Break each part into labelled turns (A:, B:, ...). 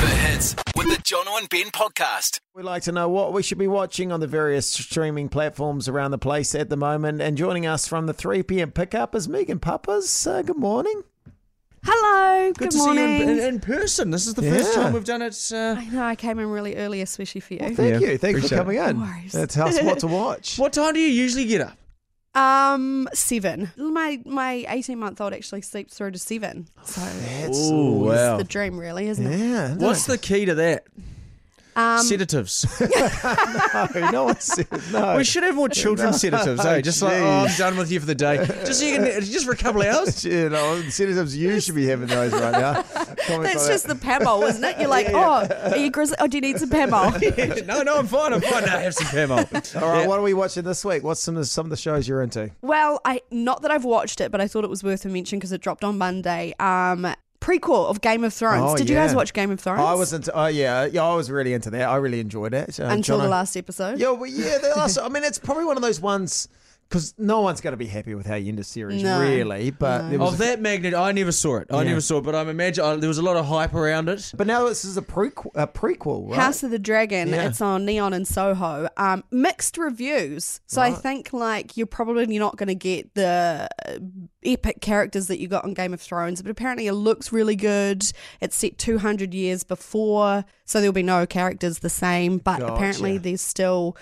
A: minutes with the Jono and Ben podcast.
B: We'd like to know what we should be watching on the various streaming platforms around the place at the moment. And joining us from the 3 p.m. pickup is Megan Papas. Uh, good morning.
C: Hello. Good,
D: Good, to
C: morning.
D: see you
B: Uh,
D: in, in, in person. This is the first
B: Yeah.
D: time we've done it. Uh,
C: I know I came in really early, especially for you.
B: Thank
D: Yeah,
B: you. Thanks for
D: appreciate
B: coming in.
C: No worries.
B: Uh, tell us what to watch.
D: what time do you usually get up?
C: um, seven. My my eighteen month old actually sleeps through to seven. So
B: That's
D: Ooh, wow.
C: the dream, really, isn't it?
B: Oh. Yeah.
D: What's the key to that?
C: Um,
D: sedatives.
B: no? No one said no.
D: we should have more children sedatives, eh? Just like, oh, I'm done with you for the day. Just so you can, just for a couple of hours.
B: You know, sedatives, you should be having those right now. Comments
C: that's
B: like
C: just
B: that.
C: the Pamol, isn't it? You're like, oh, are you grizzly? Oh, do you need some Pamol?
D: no, no, I'm fine. I'm fine. I have some Pamol.
B: All right, what are we watching this week? What's some of, some of the shows you're into?
C: well, I not that I've watched it, but I thought it was worth a mention because it dropped on Monday. Um, prequel of Game of Thrones.
B: Oh,
C: Did
B: yeah.
C: you guys watch Game of Thrones?
B: I was into, oh yeah, yeah, I was really into that. I really enjoyed it. Uh,
C: until the
B: Jono-
C: last episode.
B: Yeah, well, yeah, the last. I mean, it's probably one of those ones because no one's going to be happy with how you end a series,
C: No.
B: really. But there was,
D: Of that magnet, I never saw it. I
B: Yeah.
D: never saw it, but I'm imagine I, there was a lot of hype around it.
B: but now this is a prequel. A prequel, right?
C: House of the Dragon.
B: Yeah.
C: It's on Neon and Soho. Um, mixed reviews. So I think like you're probably not going to get the uh, epic characters that you got on Game of Thrones, but apparently it looks really good. It's set 200 years before, so there'll be no characters the same. But apparently
B: Gotcha.
C: there's still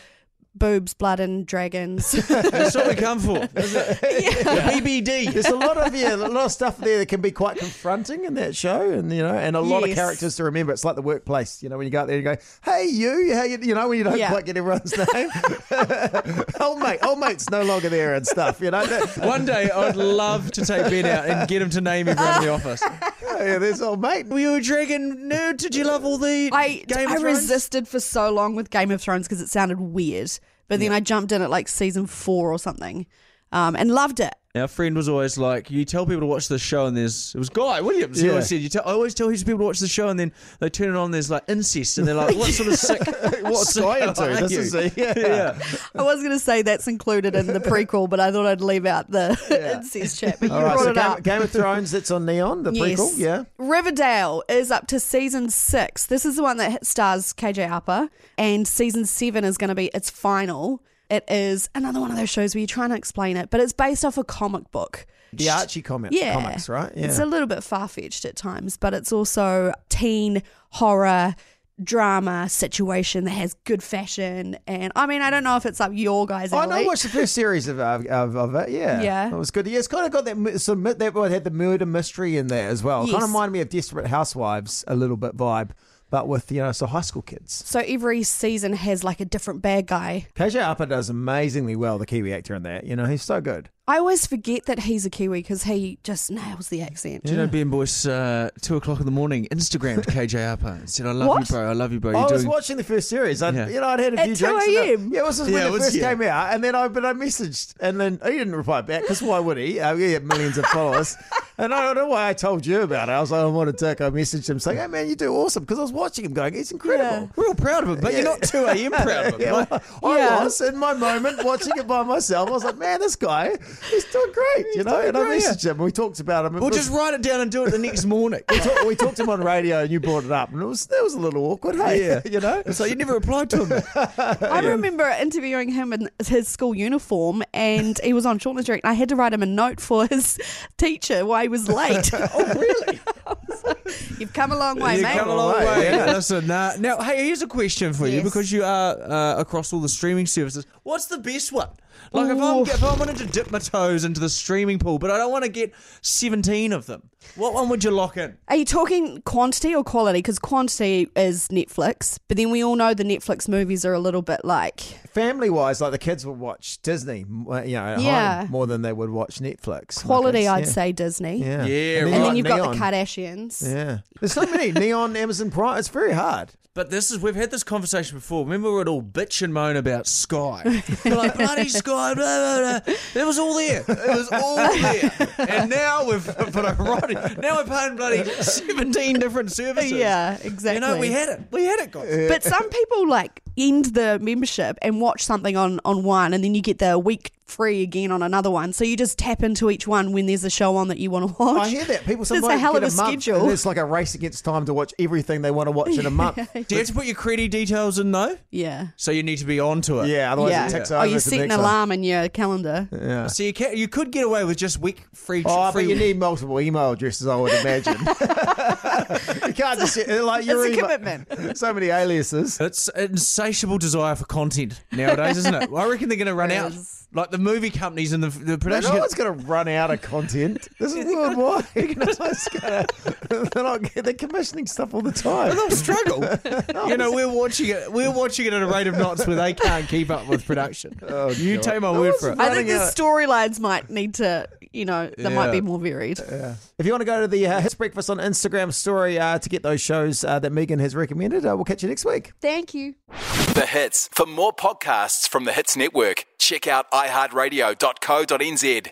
C: boobs, blood, and dragons.
D: That's what we come for. Is it? The BBD.
B: There's a lot of yeah, a lot of stuff there that can be quite confronting in that show, and you know, and a lot of
C: Yes.
B: characters to remember. It's like the workplace, you know, when you go out there, you go, "Hey, you, how you?" You know, when you don't
C: Yeah.
B: quite get everyone's name. old mate, old mate's no longer there and stuff. You know, That-
D: One day, I'd love to take Ben out and get him to name everyone in the office.
B: yeah, there's old mate.
D: Were you a dragon nerd? Did you love all the
C: I
D: Game
C: I
D: of Thrones?
C: resisted for so long with Game of Thrones because it sounded weird, but then I jumped in at like season four or something, um, and loved it.
D: Our friend was always like, "You tell people to watch this show, and there's it was Guy Williams. He
B: Yeah.
D: always said, "You tell, I always tell people to watch the show, and then they turn it on. There's like incest, and they're like, what sort of sick?
B: What's
D: sick
B: I into?
D: are
B: This
D: you?
B: is a, yeah.
C: I was going to say that's included in the prequel, but I thought I'd leave out the incest chat. But you
B: All right,
C: brought
B: so
C: it
B: Game,
C: up.
B: Game of Thrones, it's on Neon, the
C: Yes.
B: prequel, yeah.
C: Riverdale is up to season six. This is the one that stars KJ Upper, and season seven is going to be its final. It is another one of those shows where you try and explain it, but it's based off a comic book.
B: The Archie comic,
C: Yeah.
B: comics, right? Yeah.
C: It's a little bit far fetched at times, but it's also teen horror drama situation that has good fashion. And I mean, I don't know if it's up your guys'
B: Oh,
C: alley.
B: no, I watched the first series of, of, of, of it. Yeah,
C: Yeah.
B: it was good. Yeah, it's kind of got that mi- so mi- that one had the murder mystery in there as well. Kind
C: Yes.
B: of reminded me of Desperate Housewives a little bit vibe, but with you know so high school kids.
C: So every season has like a different bad guy.
B: KJ Upper does amazingly well, the Kiwi actor in that. You know, he's so good.
C: I always forget that he's a Kiwi because he just nails the accent.
D: Do you know Ben Boyce? Uh, two o'clock in the morning, Instagrammed KJ Upper and said, "I love
C: What?
D: you, bro. I love you, bro. You're
B: I was
D: doing
B: watching the first series. I,
D: Yeah.
B: you know, I'd had a
C: At
B: few
C: 2
B: drinks. and I-
C: a.m..
B: Yeah, this is
D: Yeah,
B: when
D: it
B: it
D: was-
B: first
D: yeah.
B: came out, and then I but I messaged, and then he didn't reply back because why would he? Uh, he had millions of followers, and I don't know why I told you about it. I was like, I'm on a dick. I messaged him saying, "Hey man, you do awesome," because I was watching him going, "It's incredible."
D: We're all proud of it, but you're not two AM proud of it.
B: Yeah,
D: Like,
B: well, I
C: Yeah.
B: was in my moment watching it by myself. I was like, "Man, this guy, he's doing great," you know. And I
D: great, yeah.
B: messaged him. and We talked about him. It
D: We'll
B: was-
D: just write it down and do it the next morning.
B: we, talked, we talked to him on radio, and you brought it up, and it was that was a little awkward, hey?
D: Yeah.
B: you know.
D: so you never replied to him.
C: I remember interviewing him in his school uniform and he was on Shortland Street and I had to write him a note for his teacher why he was late. oh, really? You've come a long way,
D: you
C: mate.
D: come a long
B: Right,
D: way.
B: yeah.
D: Listen, nah. now, hey, here's a question for you
C: Yes.
D: because you are uh, across all the streaming services. What's the best one? Like, if I'm, if I wanted to dip my toes into the streaming pool, but I don't want to get 17 of them, what one would you lock in?
C: Are you talking quantity or quality? Because quantity is Netflix, but then we all know the Netflix movies are a little bit like
B: family wise, like the kids would watch Disney, m- uh, you know, at
C: Yeah.
B: home more than they would watch Netflix. My
C: quality,
B: kids,
C: I'd
B: yeah.
C: say Disney.
B: Yeah,
D: Yeah,
B: And
D: right.
C: And
B: like
C: then you've got the
B: Neon.
C: Kardashians.
B: Yeah, there's so many neon Amazon Prime. It's very hard.
D: But this is we've had this conversation before. Remember, we would all bitch and moan about Sky. We're like bloody Sky, blah blah blah. It was all there. It was all there. And now we've put a right. Now we're paying bloody seventeen different services.
C: Yeah,
D: You know,
C: exactly.
D: we had it. We had it, guys.
C: But some people like end the membership and watch something on on one, and then you get the week free again on another one. So you just tap into each one when there's a show on that you want to watch.
B: I hear that people
C: It's a
B: sometimes
C: hell
B: get
C: of a
B: month, and
C: schedule.
B: It's like a race against time to watch everything they want to watch in a month.
D: Do you have to put your credit details in though?
C: Yeah.
D: So you need to be onto it.
B: Yeah, otherwise
C: yeah.
B: it ticks
C: oh,
B: over
C: you
B: to the
C: set an
B: next one.
C: alarm in your calendar.
B: Yeah.
D: So you can you could get away with just week free.
B: Oh,
D: free
B: but you need multiple email addresses, I would imagine. you can't just like your
C: It's a
B: email-
C: commitment.
B: So many aliases.
D: It's an insatiable desire for content nowadays, isn't it? Well, I reckon they're going to run
C: It
D: out.
C: is.
D: Like the movie companies and the, the
B: No
D: production.
B: one's going to run out of content. This is worldwide. No one's gonna, they're, not, they're commissioning stuff all the time.
D: They'll struggle. you know, we're watching it. We're watching it at a rate of knots where they can't keep up with production.
B: Oh,
D: you take my word for it.
C: I
B: Running
C: think the
B: out.
C: storylines might need to, you know, they might
D: Yeah.
C: be more varied.
B: If you want to go to the uh, Hits Breakfast on Instagram story uh, to get those shows uh, that Megan has recommended, uh, we'll catch you next week.
C: Thank you.
A: The Hits. For more podcasts from the Hits Network, check out iHeartRadio.co.nz.